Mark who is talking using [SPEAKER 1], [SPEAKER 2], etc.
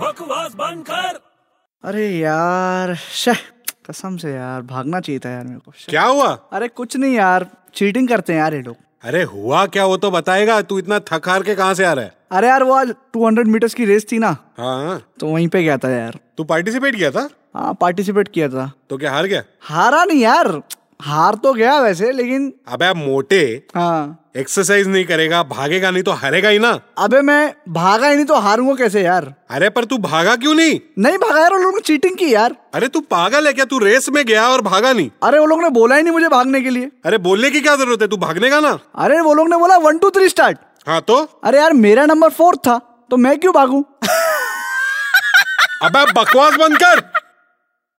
[SPEAKER 1] बस बंद कर
[SPEAKER 2] अरे यार शह कसम से यार भागना चाहिए था यार मेरे को शह।
[SPEAKER 3] क्या हुआ
[SPEAKER 2] अरे कुछ नहीं यार चीटिंग करते हैं यार ये लोग
[SPEAKER 3] अरे हुआ क्या वो तो बताएगा तू इतना थक हार के कहाँ से आ रहा है
[SPEAKER 2] अरे यार वो आज 200 मीटर्स की रेस थी ना
[SPEAKER 3] हाँ
[SPEAKER 2] तो वहीं पे गया था यार
[SPEAKER 3] तू पार्टिसिपेट किया था
[SPEAKER 2] हाँ पार्टिसिपेट किया था
[SPEAKER 3] तो क्या हार गया
[SPEAKER 2] हारा नहीं यार हार तो गया वैसे लेकिन
[SPEAKER 3] अबे आप मोटे
[SPEAKER 2] हाँ
[SPEAKER 3] एक्सरसाइज नहीं करेगा भागेगा नहीं तो हारेगा ही ना
[SPEAKER 2] अबे मैं भागा ही नहीं तो हारूंगा कैसे यार
[SPEAKER 3] अरे पर तू भागा क्यों नहीं
[SPEAKER 2] नहीं भागा यार उन लोगों ने चीटिंग की यार
[SPEAKER 3] अरे तू पागल है क्या तू रेस में गया और भागा नहीं
[SPEAKER 2] अरे वो लोग ने बोला ही नहीं मुझे भागने के लिए
[SPEAKER 3] अरे बोलने की क्या जरूरत है तू भागने का ना
[SPEAKER 2] अरे वो लोग ने बोला वन टू थ्री स्टार्ट
[SPEAKER 3] हाँ तो
[SPEAKER 2] अरे यार मेरा नंबर फोर्थ था तो मैं क्यों भागू
[SPEAKER 3] अबे बकवास बंद कर